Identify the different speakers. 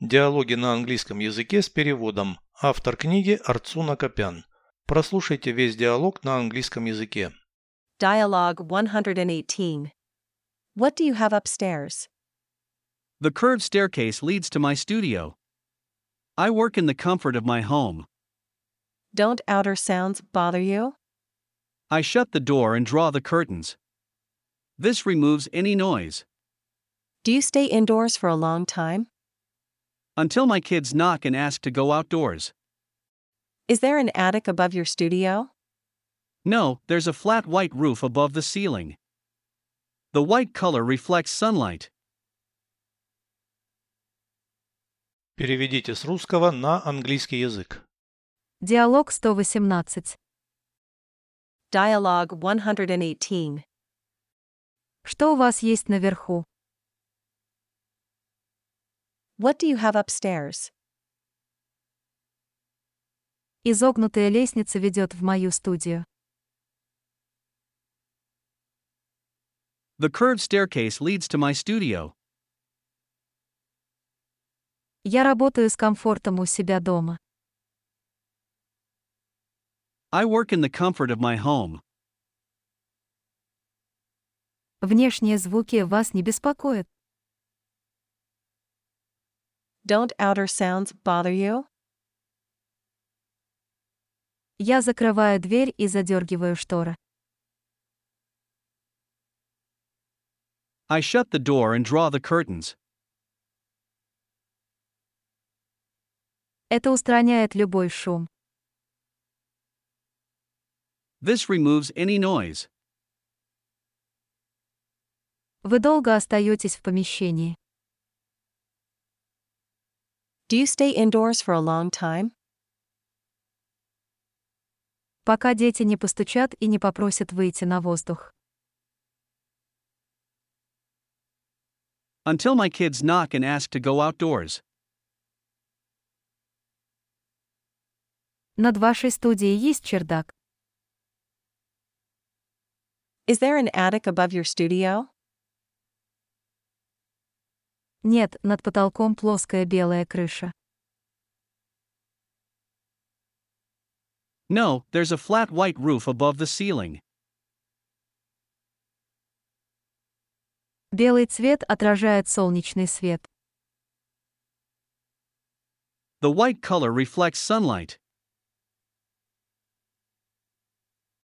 Speaker 1: Диалоги на английском языке с переводом. Автор книги Арцуна Копян. Прослушайте весь диалог на английском языке.
Speaker 2: Dialogue 118. What do you have upstairs?
Speaker 3: The curved staircase leads to my studio. I work in the comfort of my home.
Speaker 2: Don't outer sounds bother you?
Speaker 3: I shut the door and draw the curtains. This removes any noise.
Speaker 2: Do you stay indoors for a long time?
Speaker 3: Until my kids knock and ask to go outdoors.
Speaker 2: Is there an attic above your studio?
Speaker 3: No, there's a flat white roof above the ceiling. The white color reflects sunlight.
Speaker 1: Переведите с русского на английский язык.
Speaker 4: Диалог 118.
Speaker 2: Dialogue 118.
Speaker 4: Что у вас есть наверху?
Speaker 2: What do you have upstairs?
Speaker 4: Изогнутая лестница ведет в мою студию.
Speaker 3: The curved staircase leads to my studio.
Speaker 4: Я работаю с комфортом у себя дома.
Speaker 3: I work in the comfort of my home.
Speaker 4: Внешние звуки вас не беспокоят.
Speaker 2: Don't outer sounds bother you?
Speaker 4: Я закрываю дверь и задергиваю шторы.
Speaker 3: I shut the door and draw the curtains.
Speaker 4: Это устраняет любой шум.
Speaker 3: This removes any noise.
Speaker 4: Вы долго остаетесь в помещении.
Speaker 2: Do you stay indoors for a long time?
Speaker 4: Пока дети не постучат и не попросят выйти на воздух.
Speaker 3: Until my kids knock and ask to go outdoors.
Speaker 4: Над вашей студией есть чердак.
Speaker 2: Is there an attic above your studio?
Speaker 4: Нет, над потолком плоская белая крыша.
Speaker 3: No, there's a flat white roof above the ceiling.
Speaker 4: Белый цвет отражает солнечный свет.
Speaker 3: The white color reflects sunlight.